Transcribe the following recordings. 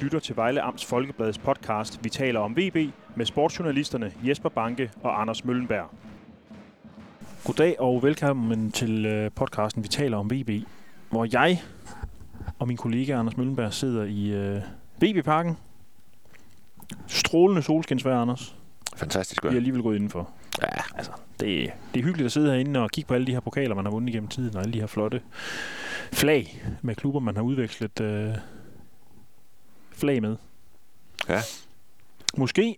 lytter til Vejle Amts Folkebladets podcast Vi taler om VB med sportsjournalisterne Jesper Banke og Anders Møllenberg. Goddag og velkommen til øh, podcasten Vi taler om VB, hvor jeg og min kollega Anders Møllenberg sidder i øh, VB-parken. Strålende solskinsvejr, Anders. Fantastisk Vi er godt. alligevel gået indenfor. Ja, Altså, det, det er hyggeligt at sidde herinde og kigge på alle de her pokaler, man har vundet igennem tiden, og alle de her flotte flag med klubber, man har udvekslet øh, flag med. Ja. Måske,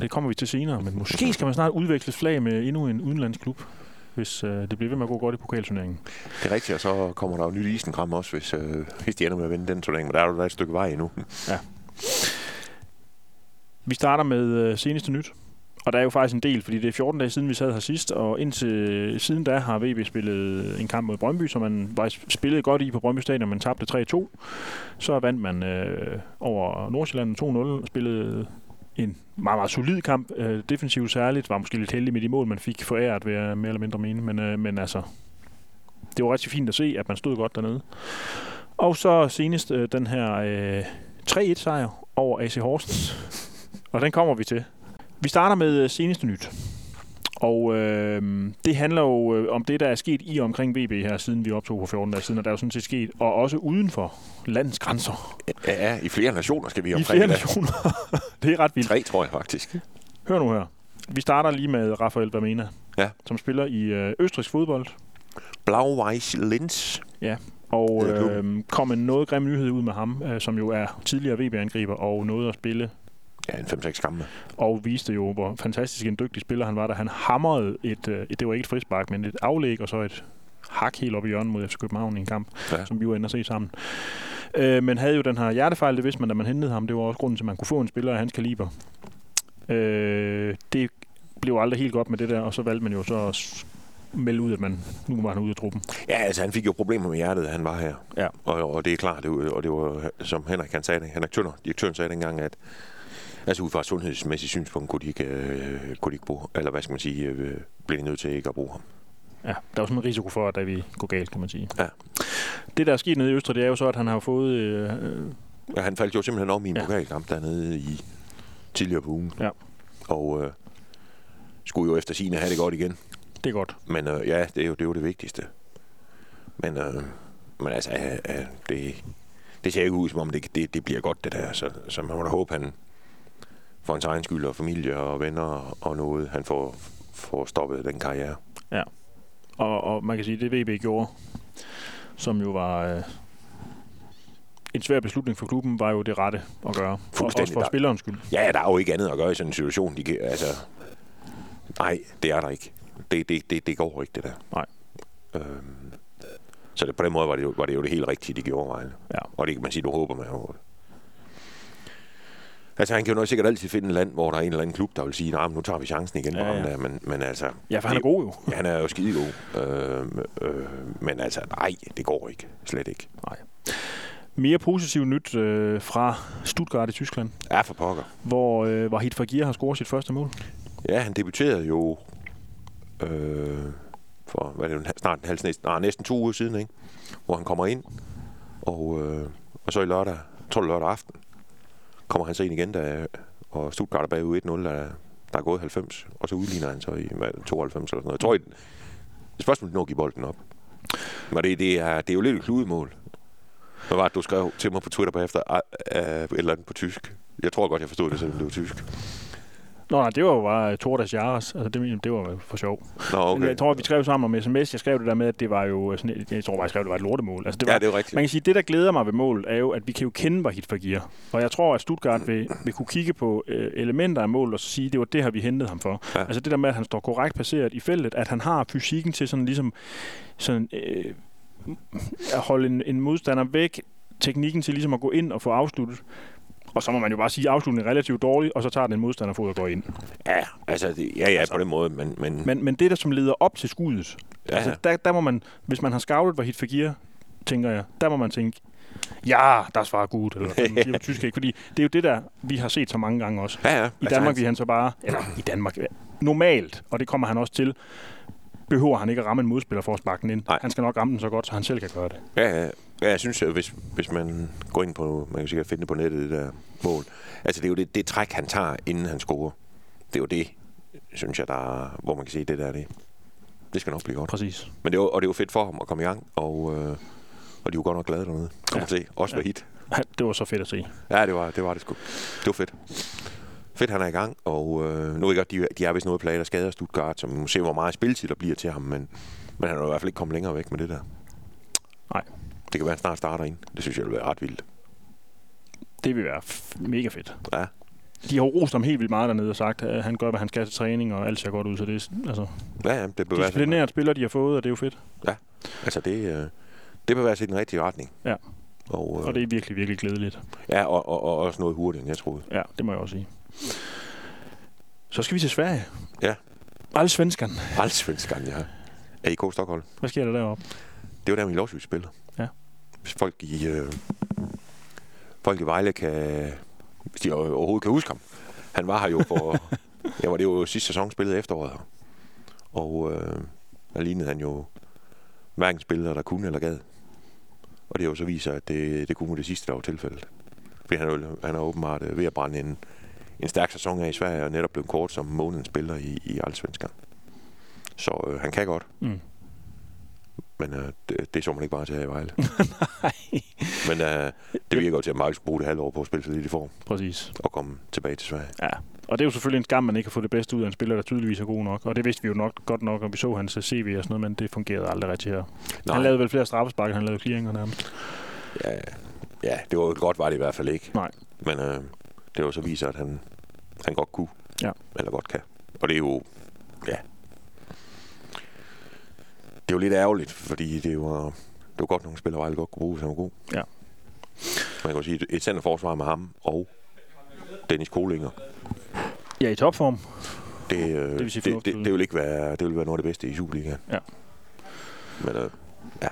det kommer vi til senere, men måske skal man snart udveksle flag med endnu en udenlandsklub, hvis øh, det bliver ved med at gå godt i pokalturneringen. det er rigtigt, og så kommer der jo nyt isengram også, hvis, øh, hvis de ender med at vinde den turnering, men der er jo der et stykke vej endnu. Vi starter med øh, seneste nyt. Og der er jo faktisk en del, fordi det er 14 dage siden, vi sad her sidst, og indtil øh, siden da har VB spillet en kamp mod Brøndby, som man faktisk spillede godt i på Brøndby Stadion, men tabte 3-2. Så vandt man øh, over Nordsjælland 2-0 og spillede en meget, meget solid kamp. Øh, defensivt særligt, var måske lidt heldig med de mål, man fik foræret, vil jeg mere eller mindre mene, men, øh, men altså, det var rigtig fint at se, at man stod godt dernede. Og så senest øh, den her øh, 3-1-sejr over AC Horsens, og den kommer vi til. Vi starter med øh, seneste nyt. Og øh, det handler jo øh, om det, der er sket i og omkring VB her, siden vi optog på 14 dage siden, og der er jo sådan set sket, og også uden for landets grænser. Ja, ja, i flere nationer skal vi I omkring flere i dag. nationer. det er ret vildt. Tre, tror jeg faktisk. Hør nu her. Vi starter lige med Rafael Bamena, Ja. som spiller i øh, østrigsk fodbold, Blauweiss Linz. og Hedder øh, kom en noget grim nyhed ud med ham, øh, som jo er tidligere VB-angriber og nåede at spille Ja, en 5-6 kampe. og viste jo, hvor fantastisk en dygtig spiller han var, da han hamrede et, øh, et det var ikke et frispark, men et aflæg og så et hak helt op i hjørnet mod FC København i en kamp, Ja. ja. som vi var inde og se sammen. Øh, men havde jo den her hjertefejl, det vidste man, da man hentede ham. Det var også grunden til, at man kunne få en spiller af hans kaliber. Øh, det blev aldrig helt godt med det der, og så valgte man jo så at s- melde ud, at man, nu var han ude af truppen. Ja, altså han fik jo problemer med hjertet, da han var her. Ja. Og, og det er klart, det, var- og det var, som Henrik han sagde, Henrik Tønder, direktøren sagde dengang, at altså ud fra et sundhedsmæssigt synspunkt, kunne de ikke, øh, kunne de ikke bruge, eller hvad skal man sige, øh, blev de nødt til ikke at bruge ham. Ja, der er jo sådan en risiko for, at der vi går galt, kan man sige. Ja. Det, der er sket nede i Østrig, det er jo så, at han har fået øh, Ja, han faldt jo simpelthen om i en Ja. ja. pokalkamp dernede i tidligere på ugen. Ja. Og øh, skulle jo efter sine have det godt igen. det er godt. Men øh, ja, det er, jo, det er jo det vigtigste. Men, øh, men altså, ja, ja, det, det ser ikke ud som om, det, det, det bliver godt det der. Så, så man må da håbe, han for hans egen skyld og familie og venner og, og noget, han får, får stoppet den karriere. Og, og man kan sige, det VB gjorde, som jo var øh, en svær beslutning for klubben, var jo det rette at gøre. Og Fuldstændig. også for Der- spillerens skyld. Ja, ja, der er jo ikke andet at gøre i sådan en situation. De kan, altså, nej, det er der ikke. Det, det, det, det går ikke, det der. Nej. Øhm, så det, på den måde var det, jo, var det jo det helt rigtige, de gjorde Vejle. Ja. Og det kan man sige, du håber med jo. Altså, han kan jo nok sikkert altid finde et land, hvor der er en eller anden klub, der vil sige, nej, men nu tager vi chancen igen. Ja, Ja, ja. ja. Der, men, men altså, Ja, for han er god jo. han er jo skidegod. Øhm, øh, men altså, nej, det går ikke. Slet ikke. Mere positivt nyt øh, fra Stuttgart i Tyskland, Ja, for pokker. hvor øh, var Hit Fagir har scoret sit første mål. Ja, han debuterede jo øh, for hvad er det, en hal- snart en halv, næsten, nej, næsten to uger siden, ikke? hvor han kommer ind, og, øh, og så i lørdag, jeg tror det er lørdag aften, kommer han så ind igen, der, og Stuttgart er bagud 1-0, der, der er gået 90, og så udligner han så i hvad, 92 eller sådan noget. Jeg tror, i- spørgsmålet er, når at give bolden op. Men det, det, er, det er jo lidt et kludemål. Hvad var det, du skrev til mig på Twitter bagefter? Ej, øh, et eller andet på tysk. Jeg tror godt, jeg forstod det, selvom det var tysk. Nå nej, det var jo bare Tordas Jaras. Altså, det, mener jeg, det var jo for sjov. Nå, Okay. okay. Jeg tror, vi skrev sammen om sms. Jeg skrev det der med, at det var jo sådan, et- jeg tror bare, jeg skrev, det var et lortemål. Altså, det var, ja, det er jo rigtigt. Man kan sige, at det, der glæder mig ved mål, er jo, at vi kan jo kende Vahid Fagir. Og jeg tror, at Stuttgart vil, vil kunne kigge på øh, elementer af mål og så sige, at det var det her, vi hentede ham for. Ja. Ja. Altså det der med, at han står korrekt placeret i feltet, at han har fysikken til sådan ligesom sådan, øh, at holde en, en modstander væk, teknikken til ligesom at gå ind og få afsluttet. Og så må man jo bare sige, at afslutningen er relativt dårlig, og så tager den en modstanderfod og går ind. Ja, altså, det, ja, ja, altså, på den måde, men... men, men Men, men det, der som leder op til skuddet, ja, Altså, der, der må man, hvis man har scoutet Vahid Fagir, tænker jeg, der må man tænke, ja, der svarer gut, eller sådan, siger på tysk, ikke? Fordi det er jo det der, vi har set så mange gange også. ja, ja, I altså, Danmark han- vil han så bare, eller i Danmark, ja, normalt, og det kommer han også til, behøver han ikke at ramme en modspiller for at sparke den ind. Nej. Han skal nok ramme den så godt, så han selv kan gøre det. Ja, ja, Ja, jeg synes, at hvis, hvis man går ind på, man kan sikkert finde det på nettet, det der mål. Altså, det er jo det, det træk, han tager, inden han scorer. Det er jo det, synes jeg, der, er- hvor man kan sige, det der, det, det skal nok blive godt. Præcis. Men det var, og det var fedt for ham at komme i gang, og, øh, og de var godt nok glade dernede. Kom Ja. ja. til, også ved Ja. hit. Ja, Det var så fedt at se. Ja, det var det, var det sgu. Det var fedt. Fedt, han er i gang, og øh, nu er jeg godt, de, de er vist noget plaget af skader Stuttgart, så vi må se, hvor meget spilletid der bliver til ham, men, men han er i hvert fald ikke kommet længere væk med det der. Nej. Det kan være, han snart starter ind. Det synes jeg vil være ret vildt. Det vil være f- mega fedt. Ja. De har jo rost ham helt vildt meget dernede og sagt, at han gør, hvad han skal til træning, og alt ser godt ud. Så det er, s- altså, Ja, ja, det bevæger sig. disciplinære spillere, de har fået, og det er jo fedt. Altså, det, øh, det bevæger sig i den rigtige retning. Ja. Og, øh, Og det er virkelig, virkelig glædeligt. Ja, og, og, og, også noget hurtigere, end jeg troede. Ja, det må jeg også sige. Så skal vi til Sverige. Ja. Alle svenskerne. Allsvenskan, ja. AIK Stockholm. Hvad sker der deroppe? Det var der, min lovsvig spiller. Ja. Hvis folk i, øh, folk i Vejle kan... Hvis de overhovedet kan huske ham. Han var her jo for... ja, var det jo sidste sæson spillede efteråret her. Og øh, der lignede han jo hverken spillere, der kunne eller gad. Og det har jo så vist sig, at det, det kunne det sidste, der var tilfældet. Fordi han, er jo- han er åbenbart øh, ved at brænde en, en stærk sæson af i Sverige, og netop blev kort som månedens spiller i, i Allsvenskan. Så øh, han kan godt. Mm. Men øh, det, det så man ikke bare til her i Vejle. Men øh, det virker jo til, at Mark skulle bruge det halve år på at spille sig lidt i form Præcis. og komme tilbage til Sverige. Ja. Og det er jo selvfølgelig en skam, man ikke kan få det bedste ud af en spiller, der tydeligvis er god nok. Og det vidste vi jo nok godt nok, og vi så hans øh, CV og sådan noget, men det fungerede aldrig rigtig her. Nej. Han lavede vel flere straffespark, end han lavede clearinger nærmest. ja, ja, det var godt, var det i hvert fald ikke. Nej. Men øh, det var så viser, at han, han godt kunne. Ja. Eller godt kan. Og det er jo... Ja. Det er jo lidt ærgerligt, fordi det var, det var godt, nogle spillere Vejle godt kunne bruge, hvis han var god. Ja. Man kan jo sige, et- et centerforsvar med ham og Dennis Kolinger. Ja, i topform. Det, øh, det, vil vil sige sige det, fornuftigt. det, det, vil ikke være, det vil være noget af det bedste i Superligaen. Ja. Men øh, ja.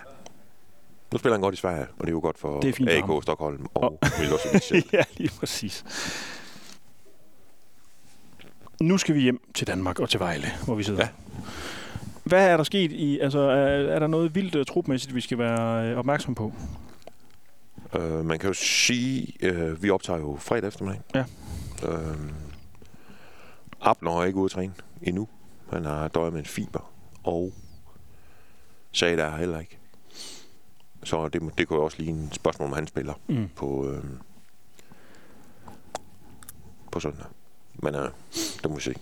Nu spiller han godt i Sverige, og det er jo godt for Det er fint for ham. AK Stockholm og Milosevic. selv. ja, lige præcis. Nu skal vi hjem til Danmark og til Vejle, hvor vi sidder. Ja. Ja. Hvad er der sket i... Altså, er, er der noget vildt uh, trupmæssigt, vi skal være uh, opmærksom på? Øh, man kan jo sige, øh, vi optager jo fredag eftermiddag. Ja. Øh, Abner er ikke ude at træne endnu. Han har døjet med en fiber, og sagde der heller ikke. Så det, må- det kunne jo også lige en spørgsmål, om han spiller. Mm. på, øh, på søndag. Men øh, det må vi se.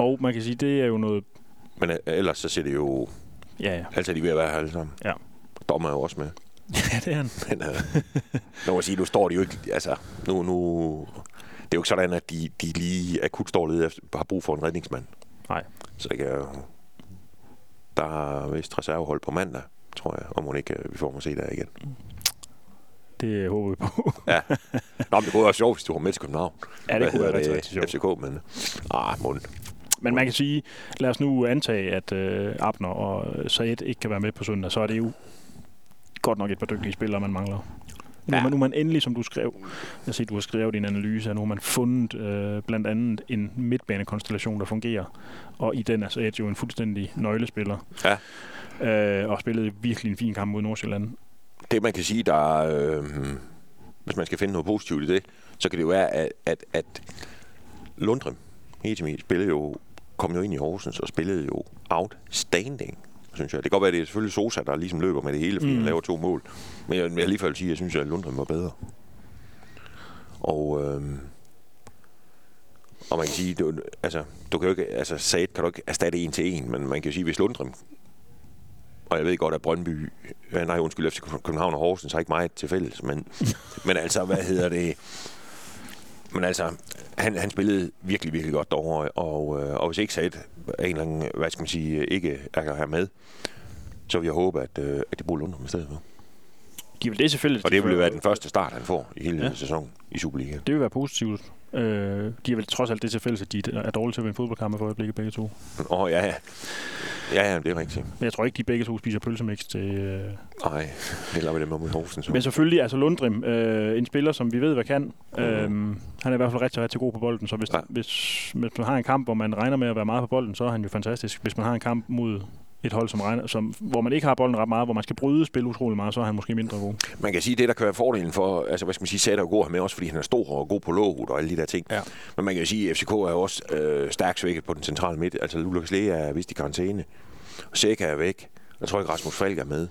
Og man kan sige, det er jo noget... Men øh, ellers så ser det jo... Ja, ja. Altså, de er ved at være her alle sammen. Ja. Dommer er jo også med. ja det er han. Men øh, nu må jeg sige, nu står de jo ikke... Altså, nu... nu det er jo ikke sådan, at de, de lige akut står og leder efter, har brug for en redningsmand. Nej. Så det kan jo- Der er vist reservehold på mandag, tror jeg. Om hun ikke, øh, vi får mig se der igen. Det øh, håber vi på. Nå, men det kunne være sjovt, hvis du var med til København. ja, det Hvad kunne være hedder rigtig, rigtig sjovt. FCK, men... Ah, mund. Men man kan sige, lad os nu antage, at øh, Abner og øh, Saed ikke kan være med på søndag, så er det jo godt nok et par dygtige spillere, man mangler. Nu, ja. Ja. nu er man endelig, som du skrev, jeg ser, du har skrevet din analyse, at nu har man fundet øh, blandt andet en midtbanekonstellation, der fungerer. Og i den er Saed jo en fuldstændig nøglespiller. Ja. Øh, og spillede virkelig en fin kamp mod Nordsjælland. det man kan sige, der er, øh, hvis man skal finde noget positivt i det, så kan det jo være, at, at, at E Lundrem, Hetemi, spillede jo, kom jo ind i Horsens og spillede jo outstanding, synes jeg. Det kan godt være, at det er selvfølgelig Sosa, der ligesom løber med det hele, fordi Mm. mm. han laver to mål. Men jeg vil alligevel sige, at jeg synes, at Lundrem var bedre. Og, øh, og man kan sige, du, altså, du kan jo ikke, altså, Sad kan du ikke erstatte en til en, men man kan jo sige, hvis Lundrem og jeg ved godt, at Brøndby, øh, nej undskyld, FC København og Horsens har ikke meget til fælles, men, men altså, hvad hedder det? Men altså, han, han spillede virkelig, virkelig godt derovre, og, øh, og hvis ikke Said af en eller anden, hvad skal man sige, ikke er her med, så vil jeg håbe, at, øh, at de bruger Lundrum i stedet for. De vil det selvfølgelig. Og det vil jo være den første start, han får i hele Ja. ja. sæsonen i Superligaen. Det vil være positivt. Øh, de er vel trods alt det til fælles, at de er dårlige til at vinde fodboldkampe for øjeblikket begge to. Åh, oh, ja, ja. Ja, ja, det er rigtigt. Men jeg tror ikke, de begge to spiser pølsemix til... Øh. Nej, det lader vi dem om i Horsens. Men selvfølgelig, altså Lundrim, øh, en spiller, som vi ved, hvad kan. Øh, han er i hvert fald rigtig, rigtig god på bolden, så hvis, ja. Ja. hvis, hvis man har en kamp, hvor man regner med at være meget på bolden, så er han jo fantastisk. Hvis man har en kamp mod et hold, som regner, som, hvor man ikke har bolden ret meget, hvor man skal bryde spil utrolig meget, så er han måske mindre god. Man kan sige, det der kan være fordelen for, altså hvad skal man sige, Sætter er god at have med også, fordi han er stor og god på låget og alle de der ting. Ja. Men man kan jo sige, at FCK er jo også øh, stærkt svækket på den centrale midt. Altså Lukas Lea er vist i karantæne. Seca er væk. Jeg tror ikke, Rasmus Falk er med.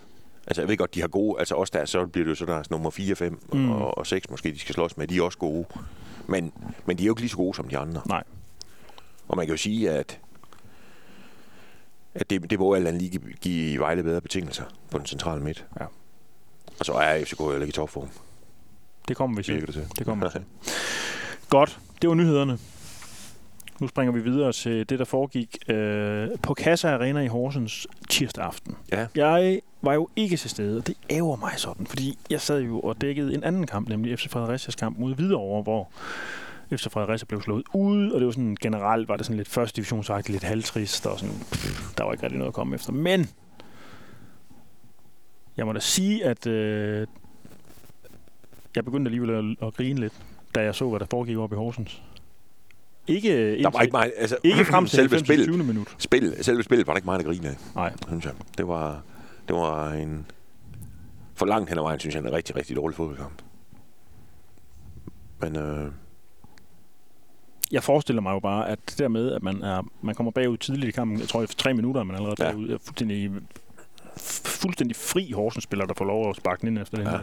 Altså jeg ved godt, de har gode, altså også der, så bliver det jo så deres nummer 4, 5 mm. og, og 6 måske, de skal slås med. De er også gode. Men, men de er jo ikke lige så gode som de andre. Nej. Og man kan jo sige, at, at det, det må alt andet lige give- give Vejle bedre betingelser på den centrale midt. Ja. Og så er FCK heller ikke i topform, Det kommer vi til. virker det til. Det kommer vi til. Godt, det var nyhederne. Nu springer vi videre til det, der foregik øh, på Kassa Arena i Horsens tirsdag aften. Ja. Jeg var jo ikke til stede, og det ærger mig sådan, fordi jeg sad jo og dækkede en anden kamp, nemlig FC Fredericias kamp mod Hvidovre, hvor FC Fredericia blev slået ud, og det var sådan generelt, var det sådan lidt første divisionsagtigt, lidt halvtrist, og sådan, pff, der var ikke rigtig noget at komme efter. Men jeg må da sige, at øh, jeg begyndte alligevel at, at grine lidt, da jeg så, hvad der foregik oppe i Horsens. Ikke, Der var ikke meget, altså, ikke frem til selve 90. spillet. 20. minut. Spil, selve spillet var der ikke meget at grine af, Nej, synes jeg. Det var, det var en... For langt hen ad vejen, synes jeg, en rigtig, rigtig dårlig fodboldkamp. Men øh, jeg forestiller mig jo bare, at det der med, at man, er, man kommer bagud tidligt i kampen, jeg tror, efter tre minutter er man allerede Ja. ja. bagud, er fuldstændig, fuldstændig fri Horsens-spiller, der får lov at sparke den ind efter det Ja. her.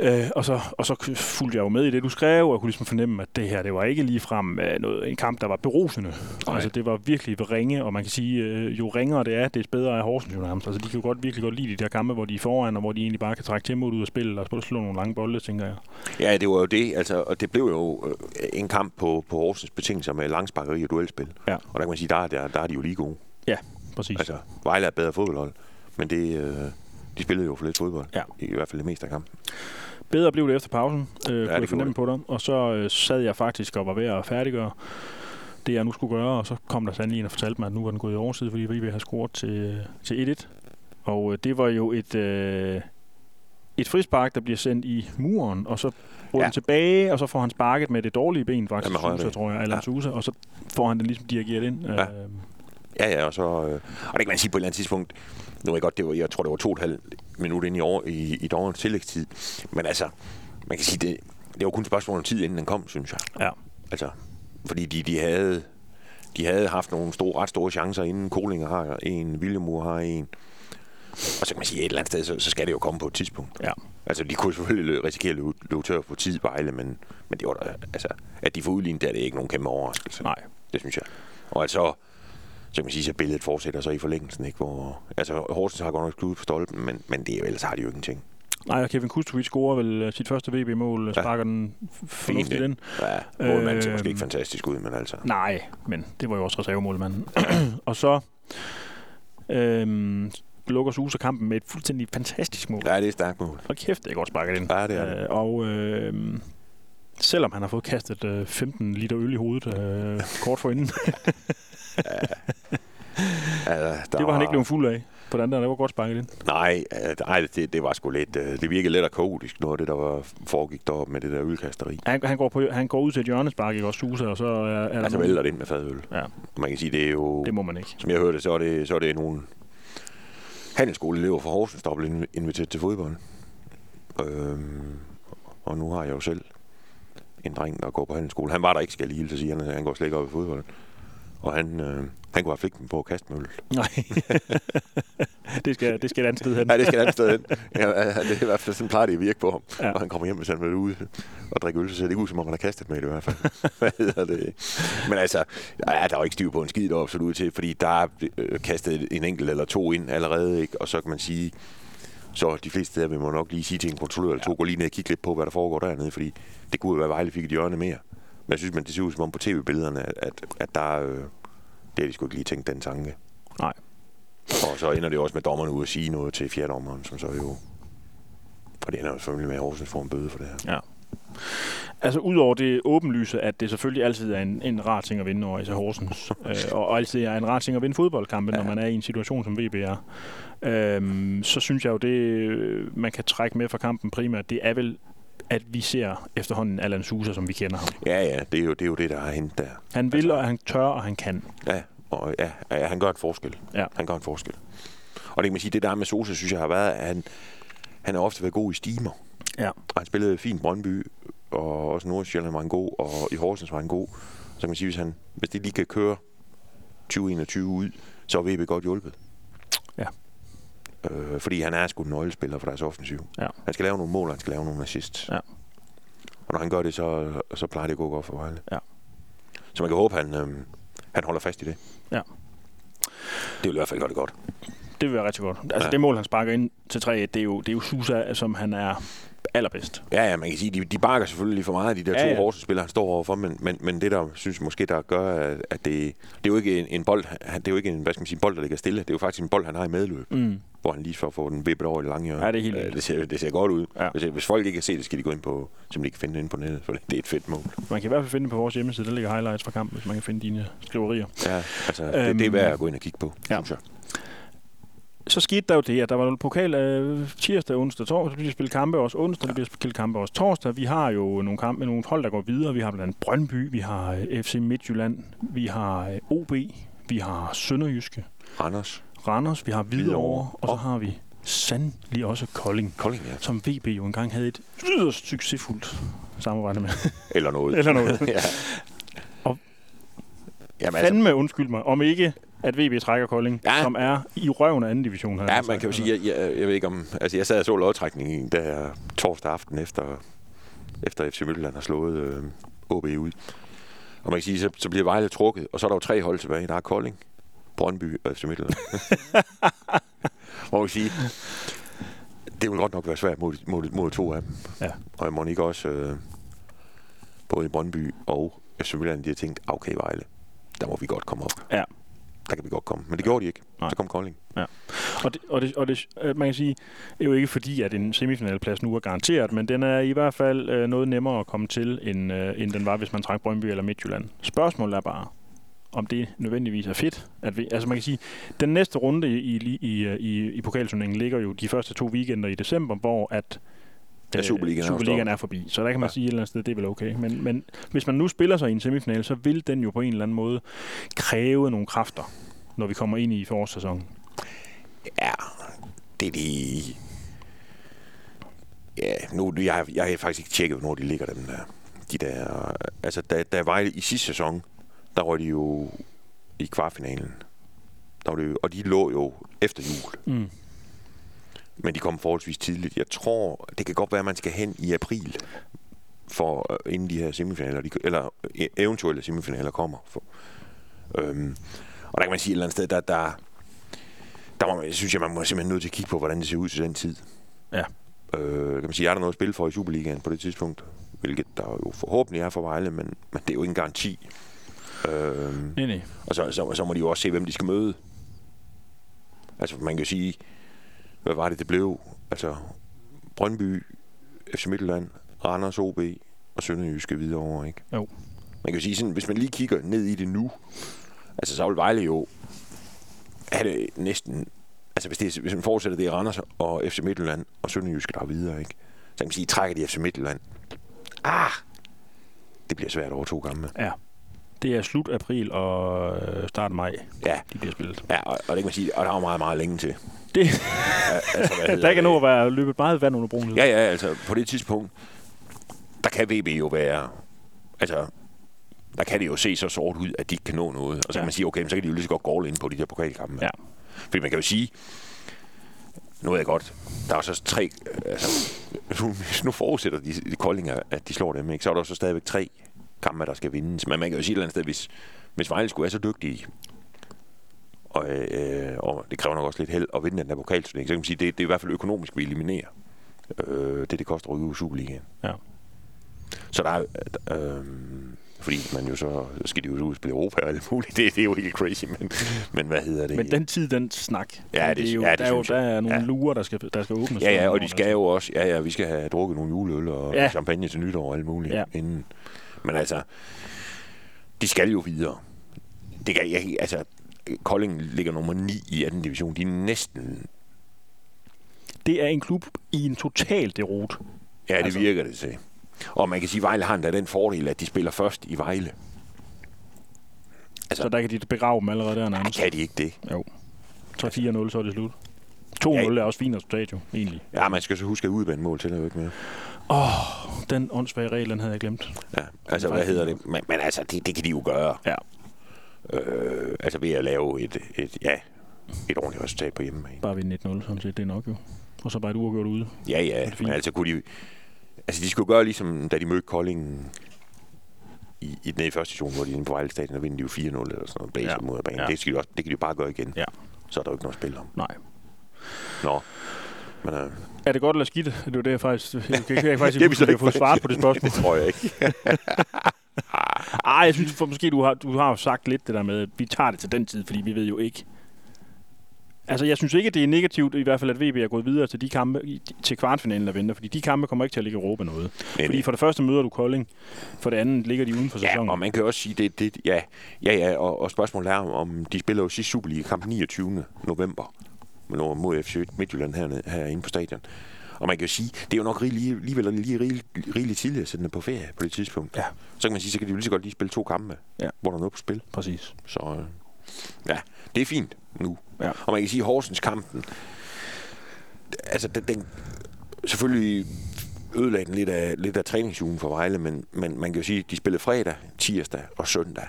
Øh, og, så, og så k- fulgte jeg jo med i det, du skrev, og kunne ligesom fornemme, at det her det var ikke ligefrem øh, noget, en kamp, der var berusende. Nej. Altså, det var virkelig ved ringe, og man kan sige, øh, jo ringere det er, det er bedre er Horsens jo nærmest. Altså, de kan jo godt, virkelig godt lide de der kampe, hvor de er foran, og hvor de egentlig bare kan trække tempoet ud af spillet og slå nogle lange bolde, tænker jeg. ja, det var jo det, altså, og det blev jo øh, en kamp på, på Horsens betingelser med langsparkeri og duelspil. Ja. Og der kan man sige, der, der, der er de jo lige gode. Præcis. Altså, Vejle er et bedre fodboldhold, men det, øh, de spillede jo for lidt fodbold. Ja. I, I hvert fald det meste af kampen. Bedre blev det efter pausen, øh, ja, kunne gjorde jeg fornemme på dig. Og så øh, sad jeg faktisk og var ved at færdiggøre det, jeg nu skulle gøre, og så kom der sandelig en og fortalte mig, at nu var den gået i overside, fordi vi havde scoret til, til 1-1. Og øh, det var jo et, øh, et frispark, der bliver sendt i muren, og så ruller Ja. ja. tilbage, og så får han sparket med det dårlige ben, Ja, med faktisk, højre Sousa, ben. tror jeg, eller Ja. ja. Sousa, og så får han den ligesom dirigeret ind. Ja. Øh, Ja, ja, og så... Øh, og det kan man sige på et eller andet tidspunkt, nu er jeg godt, det var, jeg tror, det var to og et halvt minut ind i, år, i, i dommerens tillægstid, men altså, man kan sige, det, det var kun et spørgsmål om tid, inden den kom, synes jeg. ja. Altså, fordi de, de havde de havde haft nogle store, ret store chancer, inden Kolinger har en, Villemur har en. Og så kan man sige, at et eller andet sted, så, så skal det jo komme på et tidspunkt. Ja. Altså, de kunne selvfølgelig lø- risikere at løbe, løbe tør på tid Vejle, men, men det var da, altså, at de får udlignet der, det er ikke nogen kæmpe overraskelse. Nej. Det synes jeg. Og altså, så kan man sige, så billedet fortsætter så i forlængelsen, ikke? Hvor, altså, Horsens har godt nok skudt på stolpen, men, men det, er jo- ellers har de jo ingenting. Nej, og Kevin Kustovic scorer vel øh, sit første VB-mål, ja. sparker den f- fornuftigt ind. ind. Ja, målmanden ser Øhm. måske ikke fantastisk ud, men altså... Nej, men det var jo også reservemålmanden. og så øhm, lukker Sousa kampen med et fuldstændig fantastisk mål. Ja, det er et stærkt mål. Hold kæft, det er godt sparket ind. Ja, det er det. Øh, og øhm, selvom han har fået kastet øh, 15 liter øl i hovedet øh, kort forinden, Altså, der det var han ikke blevet fuld af. På den der, det var godt sparket ind. Nej, øh, nej det, det var sgu lidt... øh, Det virkede lidt kaotisk, noget af det, der var, foregik deroppe med det der ølkasteri. Han, han, går, på, han går ud til et hjørnespark, ikke også Sousa, og så er, er Altså, der, vælter det ind med fadøl. Ja. Man kan sige, det er jo... det må man ikke. Som jeg hørte, så er det, så er det nogle handelsskoleelever fra Horsens, der er blevet inv- inviteret til fodbold. Øhm, og nu har jeg jo selv en dreng, der går på handelsskole. Han var der ikke, skal jeg lige hilse at sige. Han, han går slet ikke op i fodbold. Og han, øh, han kunne have flikken på at kaste med øl. Nej, det, skal, det skal et andet sted hen. Ja, det skal et andet sted hen. Ja, det er i hvert fald sådan plejer det at virke på ham. Ja. Ja. Når han kommer hjem, hvis han vil ude og drikke øl, så ser det ikke ud, som om han har kastet med det i hvert fald. Hvad hedder det? Men altså, ja, der er jo ikke styr på en skid deroppe, så det ud til, fordi der er øh, kastet en enkelt eller to ind allerede, ikke? og så kan man sige, så de fleste steder vil man nok lige sige til en kontrollør eller to, gå lige ned og kigge lidt på, hvad der foregår dernede, fordi det kunne jo være, at Vejle fik et hjørne mere. Men jeg synes, man, det ser ud som om på tv-billederne, at, at der er, øh, det er de sgu ikke lige tænkt den tanke. Nej. Og så ender det jo også med dommerne ude at sige noget til fjerdommeren, som så jo... Og det ender jo selvfølgelig med, at Horsens får en bøde for det her. Altså udover det åbenlyse, at det selvfølgelig altid er en, en rar ting at vinde over AC Horsens, øh, og, og altid er en rar ting at vinde fodboldkampe, ja. når man er i en situation som VB er, øhm, så synes jeg jo, det øh, man kan trække med fra kampen primært, det er vel, at vi ser efterhånden Allan Sousa, som vi kender ham. Altså- Ja, ja, det er jo det, er jo det der er hent der. Han vil, og han tør, og han kan. Ja, Og ja, ja, han gør en forskel. Ja. Han gør en forskel. Og det kan man sige, det der med Sosa, synes jeg har været, at han, han har ofte været god i stimer. Ja. Og han spillede fint Brøndby, og også Nordsjælland var han god, og i Horsens var han god. Så kan man sige, hvis, han, hvis det lige kan køre 2021 ud, så er VB godt hjulpet. Ja. Øh, fordi han er sgu en nøglespiller for deres offensiv. Ja. Han skal lave nogle mål, og han skal lave nogle assists. Ja. Og når han gør det, så, så plejer det at gå godt for Vejle. Ja. Så man kan håbe, han, øh, han holder fast i det. Ja. Det vil i hvert fald gøre det godt. Det vil være rigtig godt. Altså Ja. ja. det mål, han sparker ind til 3-1, det er jo, det er jo Susa, som han er allerbedst. Ja, ja, man kan sige, de, de bakker selvfølgelig lige for meget, de der Ja, to ja. Horsens-spillere, han står overfor, men, men, men det, der synes jeg måske, der gør, at, at det, det er jo ikke en, en bold, han- det er jo ikke en, hvad skal man sige, en bold, der ligger stille, det er jo faktisk en bold, han har i medløb, Mm. hvor han lige får få den vippet over i det lange hjørne. Ja, det er helt Øh, vildt. det, ser, det ser godt ud. Ja. Hvis, hvis folk ikke kan se det, skal de gå ind på, som de kan finde det inde på nettet, for det, det er et fedt mål. Man kan i hvert fald finde det på vores hjemmeside, der ligger highlights fra kampen, hvis man kan finde dine skriverier. Ja, altså, det, det er Øhm. værd at gå ind og kigge på, Ja. synes jeg. Så skete der jo det, at der var pokal øh, tirsdag, onsdag, torsdag, så bliver spillet kampe også onsdag, ja. der bliver spillet kampe også torsdag. Vi har jo nogle kampe, nogle hold, der går videre. Vi har blandt andet Brøndby, vi har øh, FC Midtjylland, vi har øh, OB, vi har Sønderjyske, Randers, Randers, vi har Hvidovre, Hvidovre. og så Og- har vi sandelig også Kolding, Kolding, ja. som VB jo engang havde et yderst succesfuldt samarbejde med. Eller noget. Eller noget. ja. altså- Og- Jamen, altså, Fandme undskyld mig, om ikke at VB trækker Kolding, Ja. ja. som er i røven af anden division. havde jeg Ja, sagt. man kan jo Altså, sige, jeg, jeg, jeg ved ikke om... Altså, jeg sad og så lodtrækningen der øh, torsdag aften efter, efter FC Midtjylland har slået øh, OB ud. Og man kan sige, så, så bliver Vejle trukket, og så er der jo tre hold tilbage. Der er Kolding, Brøndby og FC Midtjylland. Hvor man kan sige, det vil godt nok være svært mod, mod, mod to af dem. Ja. Og jeg må ikke også... Øh, både i Brøndby og FC Midtjylland, de har tænkt, "Ah, okay Vejle, der må vi godt komme op. Ja. Der kan vi godt komme. Men det gjorde de ikke. Nej. Så kom Kolding. Og, det, og, det, og det, øh, man kan sige, det er jo ikke fordi, at en semifinalplads nu er garanteret, men den er i hvert fald øh, noget nemmere at komme til, end, øh, end den var, hvis man trak Brøndby eller Midtjylland. Spørgsmålet er bare, om det nødvendigvis er fedt. At vi, altså man kan sige, den næste runde i, i, i, øh, i, i pokalturneringen ligger jo de første to weekender i december, hvor at øh, Ja, Superligaen er jo Superligaen stoppet. er forbi. Så der kan man Ja. ja. sige et eller andet sted, det er vel okay. Men, men hvis man nu spiller sig i en semifinal, så vil den jo på en eller anden måde kræve nogle kræfter, når vi kommer ind i forårssæsonen. Ja, det er de... Ja, nu, jeg, har- jeg har faktisk ikke tjekket, hvornår de ligger, dem der. De der altså, da, da Vejle i sidste sæson, der røg de jo i kvartfinalen. Der var det jo, og de lå jo efter jul, Mm. men de kom forholdsvis tidligt. Jeg tror, det kan godt være, at man skal hen i april, for øh, inden de her semifinaler, de, eller øh, eventuelle semifinaler kommer. For, øhm, og der kan man sige et eller andet sted, der, der, der må, man- synes jeg, man må simpelthen nødt til at kigge på, hvordan det ser ud til den tid. Ja. Øh, kan man sige, er der noget at spille for i Superligaen på det tidspunkt? Hvilket der jo forhåbentlig er for Vejle, men, men det er jo ikke en garanti. Øh, Nej, nej. og så, så, så må de jo også se, hvem de skal møde. Altså, man kan jo sige, hvad var det, det blev? Altså, Brøndby, FC Midtjylland, Randers OB og Sønderjyske videre over, ikke? Jo. Man kan jo sige, sådan, hvis man lige kigger ned i det nu, altså, så vil Vejle jo have det næsten... Altså, hvis, det, hvis man fortsætter, det er Randers og FC Midtjylland og Sønderjyske, der er videre, ikke? Så kan man sige, trækker de FC Midtjylland. Ah! Det bliver svært over to kampe. Det er slut april og øh, start maj, Ja, de bliver spillet. Ja, og, og det kan man sige, og der er jo meget, meget længe til. Det- Ja, altså, hvad hedder Der kan det? nå at være løbet meget vand under broen. Ja, ja, altså på det tidspunkt, der kan VB jo være, altså, der kan det jo se så sort ud, at de ikke kan nå noget. Og så Ja. ja. kan man sige, okay, men så kan de jo lige så godt gårde ind på de der pokalkampe. Ja. Fordi man kan jo sige, nu ved jeg godt, der er så tre, altså, nu, nu forudsætter de, de Kolding, at de slår dem, ikke? så er der så stadigvæk tre kampe, der skal vindes. Men man kan jo sige et eller andet sted, hvis, hvis Vejle skulle være så dygtige, og, øh, og det kræver nok også lidt held at vinde den der pokalturnering, så kan man sige, det, det er i hvert fald økonomisk, vi eliminerer øh, det, det koster at ryge ud i Superligaen. Ja. Så der er... Øh, fordi man jo så så skal de jo ud og spille Europa og alt muligt. Det, det er jo helt crazy, men, men hvad hedder det? Men den tid, den snak, Ja, det- det er jo, ja, det der, er jo, synes jeg. der er nogle Ja. ja. lurer, der skal, der skal åbnes. ja, ja, og de skal jo også... Ja, ja, vi skal have drukket nogle juleøl og ja. Ja. champagne til nytår og alt muligt ja. Ja. inden. Men altså, de skal jo videre. Det kan jeg, altså, Kolding ligger nummer 9 i 18. division. De er næsten... Det er en klub i en total derot. Ja, det altså. Altså. virker det til. Og man kan sige, at Vejle har endda den fordel, at de spiller først i Vejle. Altså, så der kan de begrave dem allerede der Ej, nærmest. kan de ikke det? 3-4-0, så er det slut. 2-0 Ja. er også fint resultat jo, egentlig. Ja, man skal så huske, at udvende mål til jo ikke mere. Den åndssvage regel, den havde jeg glemt. Ja, altså hvad hedder det? Men, men altså, det, det kan de jo gøre. Ja. Øh, altså ved at lave et, et, ja, et ordentligt resultat på hjemmebane. Bare ved 19-0, sådan set. Det er nok jo. Og så bare et uafgjort ude. Ja, er ja, fint. men altså kunne de... Altså de skulle gøre ligesom, da de mødte Kolding i, i den første session, hvor de er inde på Vejle Stadion, der vinder de jo 4-0 eller sådan noget, blæser Ja, ja. mod af banen. ja. Ja. Det, skal de også, det kan de jo bare gøre igen. Ja. Så er der jo ikke noget spil om. Nej. Nå, men øh, Er det godt eller skidt? Det er jo det, jeg faktisk... Jeg kan jeg kan faktisk Det ikke er vi huske, så at jeg har ikke fået for- svaret på det spørgsmål. det tror jeg ikke. Ej, jeg synes for, måske, du har, du har jo sagt lidt det der med, at vi tager det til den tid, fordi vi ved jo ikke. Altså, jeg synes ikke, at det er negativt, i hvert fald, at VB er gået videre til de kampe, i- til kvartfinalen, der venter, fordi de kampe kommer ikke til at ligge i Europa noget. Men, Fordi for det første møder du Kolding, for det andet ligger de uden for sæsonen. Ja, og man kan også sige, det, det ja, ja, ja, og, og spørgsmålet er, om de spiller jo sidste Superliga-kamp 29. november når- mod FC Midtjylland herne, herinde på stadion. Og man kan jo sige, det er jo nok rigelig- alligevel lige rigeligt rigelig tidligt at sætte den på ferie på det tidspunkt. Ja. Så kan man sige, så kan de jo lige så godt lige spille to kampe, Ja. hvor der er noget på spil. Præcis. Så øh, ja, det er fint nu. Ja. Og man kan sige, Horsens kampen, altså den, den selvfølgelig ødelagde den lidt af, lidt af træningsugen for Vejle, men, men man kan jo sige, at de spillede fredag, tirsdag og søndag.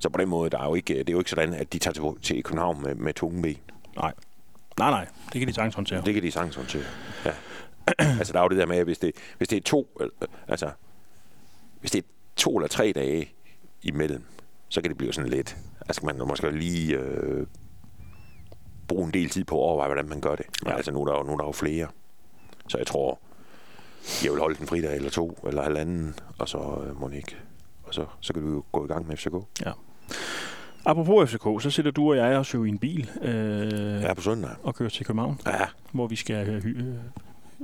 Så på den måde, der er jo ikke, det er jo ikke sådan, at de tager til, til København med, med tunge ben. Nej. Nej, nej. Det kan de sagtens håndtere. Det kan de sagtens håndtere. Ja. altså, der er jo det der med, at hvis det, hvis det er to, øh, altså, hvis det er to eller tre dage imellem, så kan det blive sådan lidt. Altså, man måske lige øh, bruge en del tid på at overveje, hvordan man gør det. Men Ja. ja. altså, nu er, der jo, nu er der jo flere. Så jeg tror, jeg vil holde den fridag eller to, eller halvanden, og så øh, må ikke. Og så, så kan du jo gå i gang med FCK. Apropos FCK, så sidder du og jeg også jo i en bil øh, Ja, på søndag. og kører til København, Ja, hvor vi skal øh, hy- øh,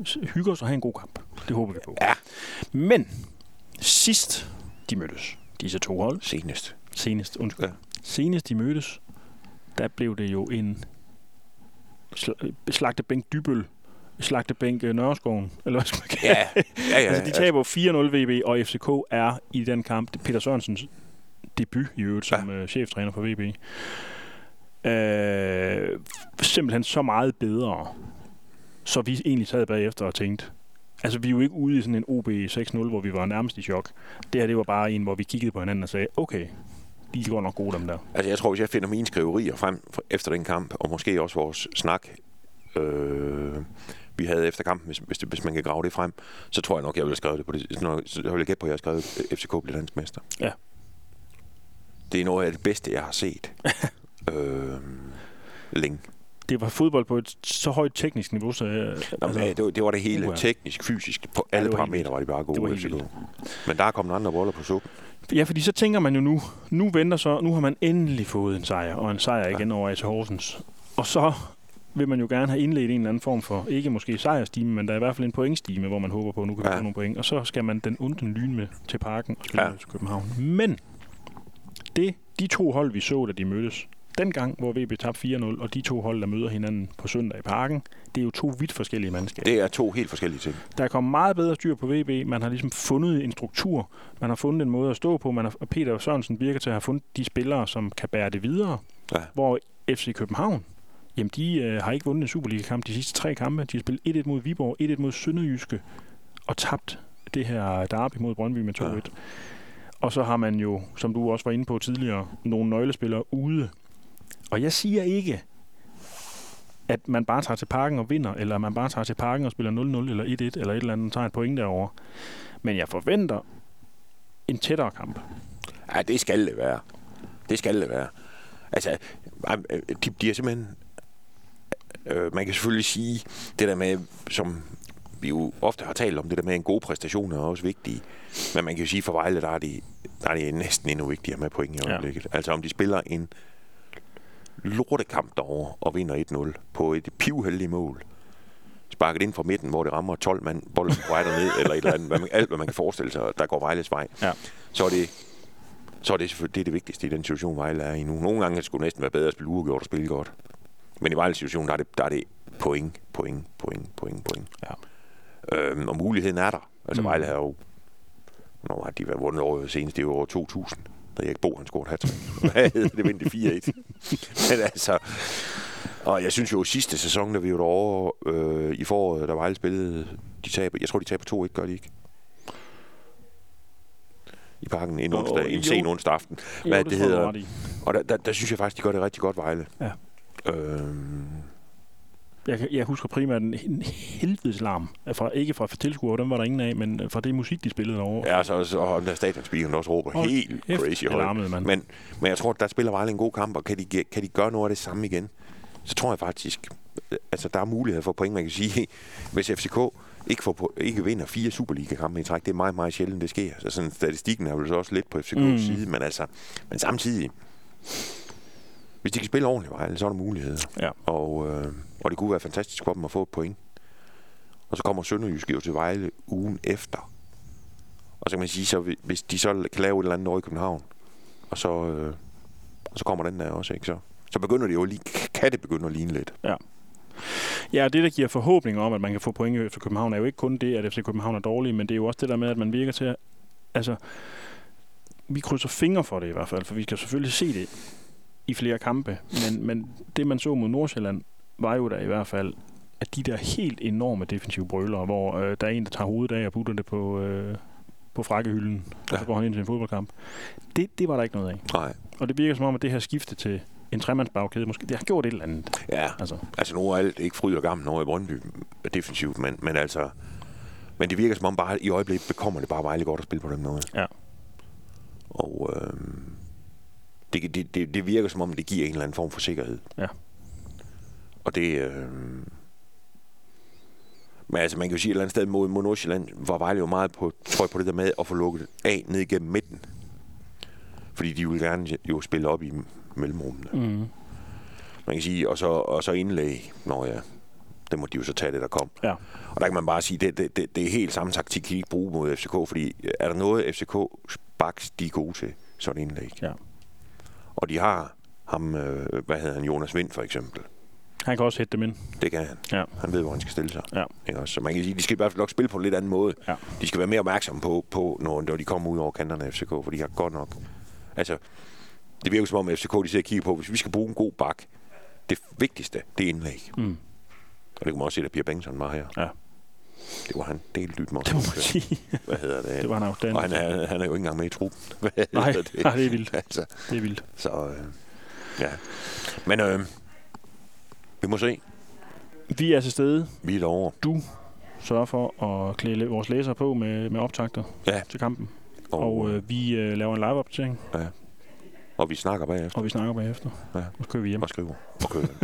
s- hygge os og have en god kamp. Det håber vi på. Ja. Men sidst de mødtes, disse to hold, senest. senest, undskyld, ja. Ja. senest de mødtes, der blev det jo en sl- øh, slagtebænk Dybøl, slagtebænk øh, Nørreskoven, eller hvad skal man kalde Ja, ja, ja. Altså, de taber 4-0 VB, og FCK er i den kamp det er Peter Sørensens debut i øvrigt som ja. cheftræner for VB. Øh, simpelthen så meget bedre, så vi egentlig sad bagefter og tænkte, altså vi er jo ikke ude i sådan en OB 6-0, hvor vi var nærmest i chok. Det her, det var bare en, hvor vi kiggede på hinanden og sagde, okay, de går nok gode, dem der. Altså, jeg tror, hvis jeg finder mine skriverier frem fra- efter den kamp, og måske også vores snak, øh, vi havde efter kampen, hvis, hvis, det, hvis man kan grave det frem, så tror jeg nok, jeg ville have skrevet det på det. Når, så vil jeg gætte på, at jeg har skrevet, øh, at FCK bliver landsmester. Ja. Det er noget af det bedste, jeg har set. øh, længe. Det var fodbold på et så højt teknisk niveau, så... øh, Nå, men, altså, det, var, det var det hele. uha. Teknisk, fysisk, på Ja, alle det var helt parametre var de bare Det var gode. helt FCK. Men der er kommet andre boller på suppen. Ja, fordi så tænker man jo nu, nu venter så, nu har man endelig fået en sejr, og en sejr igen over AC Horsens. Og så vil man jo gerne have indledt en eller anden form for, ikke måske sejrstime, men der er i hvert fald en pointstime, hvor man håber på, at nu kan vi Ja. få nogle point. Og så skal man den unden lyn med til parken og spille Ja. ja. til København. Men det, de to hold, vi så, da de mødtes, dengang, hvor VB tabte 4-0, og de to hold, der møder hinanden på søndag i parken, det er jo to vidt forskellige mandskaber. Det er to helt forskellige ting. Der er kommet meget bedre styr på VB. Man har ligesom fundet en struktur. Man har fundet en måde at stå på. Man har, og Peter Sørensen virker til at have fundet de spillere, som kan bære det videre. Ja. Hvor FC København, jamen de øh, har ikke vundet en Superliga-kamp de sidste tre kampe. De har spillet 1-1 mod Viborg, 1-1 mod Sønderjyske og tabt det her derby mod Brøndby med 2-1. Ja. Og så har man jo, som du også var inde på tidligere, nogle nøglespillere ude. Og jeg siger ikke, at man bare tager til parken og vinder, eller man bare tager til parken og spiller 0-0 eller 1-1 eller et eller andet, tager et point derovre. Men jeg forventer en tættere kamp. Ja, det skal det være. Det skal det være. Altså, ej, øh, de bliver simpelthen... Øh, man kan selvfølgelig sige, det der med, som vi jo ofte har talt om, det der med, at en god præstation er også vigtig. Men man kan jo sige, for Vejle, der er det, der er det næsten endnu vigtigere med point i Ja. øjeblikket. Altså, om de spiller en lortekamp derovre og vinder 1-0 på et pivheldigt mål, sparket ind fra midten, hvor det rammer 12 mand, bolden på vej derned, eller et eller andet, hvad man, alt hvad man kan forestille sig, der går Vejles vej, Ja. så er det så er det selvfølgelig det, er det vigtigste i den situation, Vejle er i nu. Nogle gange skulle det næsten være bedre at spille uafgjort og spille godt. Men i Vejles situation, der er det, der er det point, point, point, point, point. Ja. Øhm, og muligheden er der. Altså Mm. mm. Vejle har jo... Nå, har de været vundet over senest, det er jo over 2000. når Erik Bo han scorede hat Det vendte 4-1. Men altså... Og jeg synes jo, sidste sæson, da vi var derovre øh, i foråret, der var alle spillet, de taber, jeg tror, de taber 2-1, gør de ikke? I parken en, Åh, onsdag, en jo. sen onsdag aften. Hvad Jo, tror det jeg, du hedder. har ret i. Og der, der, der, synes jeg faktisk, de gør det rigtig godt, Vejle. Ja. Øhm, Jeg, kan- jeg husker primært en, en helvedes larm. Fra, ikke fra tilskuere, dem var der ingen af, men øh, fra det musik, de spillede derovre. ja, så, så, og der stadionspeakeren også råber Hold helt kæft, crazy det højt. larmede, mand. Men, men jeg tror, der spiller Vejle en god kamp, og kan de, ge- kan de gøre noget af det samme igen, så tror jeg faktisk, øh, altså der er mulighed for point. Man kan sige, hvis FCK ikke, får, po- ikke vinder fire Superliga-kampe i træk, det er meget, meget sjældent, det sker. Så sådan, statistikken er vel så også lidt på FCK's Mm. mm. side, men altså, men samtidig, hvis de kan spille ordentligt Vejle, så er der muligheder. Ja. Og, øh, og det kunne være fantastisk for dem at få et point. Og så kommer Sønderjysk jo til Vejle ugen efter. Og så kan man sige, så hvi- hvis de så kan lave et eller andet over i København, og så, øh, og så kommer den der også, ikke? Så, så begynder det jo lige, kan det begynde at ligne lidt. Ja, og det, der giver forhåbninger om, at man kan få point efter København, er jo ikke kun det, at FC København er dårlig, men det er jo også det der med, at man virker til at... Altså, vi krydser fingre for det i hvert fald, for vi skal selvfølgelig se det i flere kampe. Men, men det, man så mod Nordsjælland, var jo der i hvert fald, at de der helt enorme defensive brøler, hvor øh, der er en, der tager hovedet af og putter det på, øh, på frakkehylden, ja. og så Ja. går han ind til en fodboldkamp. Det, det var der ikke noget af. Nej. Og det virker som om, at det her skifte til en tremandsbagkæde, måske, det har gjort et eller andet. Ja, Altså, altså nu er alt ikke fryd og gammel over i Brøndby defensivt, men, men altså... Men det virker som om bare i øjeblikket bekommer det bare Vejle godt at spille på den måde. Ja. Og øh, det, det, det, det, virker som om, det giver en eller anden form for sikkerhed. Ja. Og det... Øh, men altså, man kan jo sige et eller andet sted mod, mod Nordsjælland, var Vejle jo meget på, tror jeg, på det der med at få lukket af ned igennem midten. Fordi de ville gerne jo spille op i mellemrummene. mm. Man kan sige, og så, og så indlæg, når ja, det må de jo så tage det, der kom. Ja. Og der kan man bare sige, det, det, det, det er helt samme taktik, de ikke bruge mod FCK, fordi øh, er der noget, FCK baks, de er gode til, så er det indlæg. Ja. Og de har ham, øh, hvad hedder han, Jonas Vind for eksempel. Han kan også hætte dem ind. Det kan han. Ja. Han ved, hvor han skal stille sig. Ja. Ikke også? Så man kan sige, de skal i hvert fald nok spille på en lidt anden måde. Ja. De skal være mere opmærksomme på, på når, når de kommer ud over kanterne af FCK, for de har godt nok... Altså, det virker som om, at FCK de sidder og kigger på, hvis vi skal bruge en god bak, det vigtigste, det er indlæg. Mm. Og det kunne man også se, at Pierre Bengtsson var her. Ja. Det var han delt lyt med. Det må man sige. Hvad hedder det? Det var en afstand. og han er, han er jo ikke engang med i truppen. Hvad hedder Nej, nej, det er vildt. Altså, Det er vildt. så øh, ja. Men øh, vi må se. Vi er til stede. Vi er derovre. Du sørger for at klæde vores læsere på med, med optagter Ja. til kampen. Og, Og øh, vi øh, laver en live-opdatering, og vi snakker bagefter og vi snakker bagefter. Ja. Og så kører vi hjem. og skriver. Og kører hjem.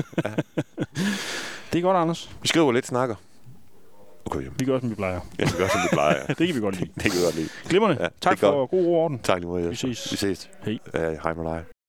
Det er godt, Anders. Vi skriver lidt, snakker. Og kører hjem. Vi gør, som vi plejer. Ja, vi gør, som vi plejer. Det kan vi godt lide. det kan vi godt lide. Glimrende. Ja, Ja, det tak er for god ord og orden. Tak lige måde. Vi Jesper. ses. Vi ses. Hej. Uh, hej med dig.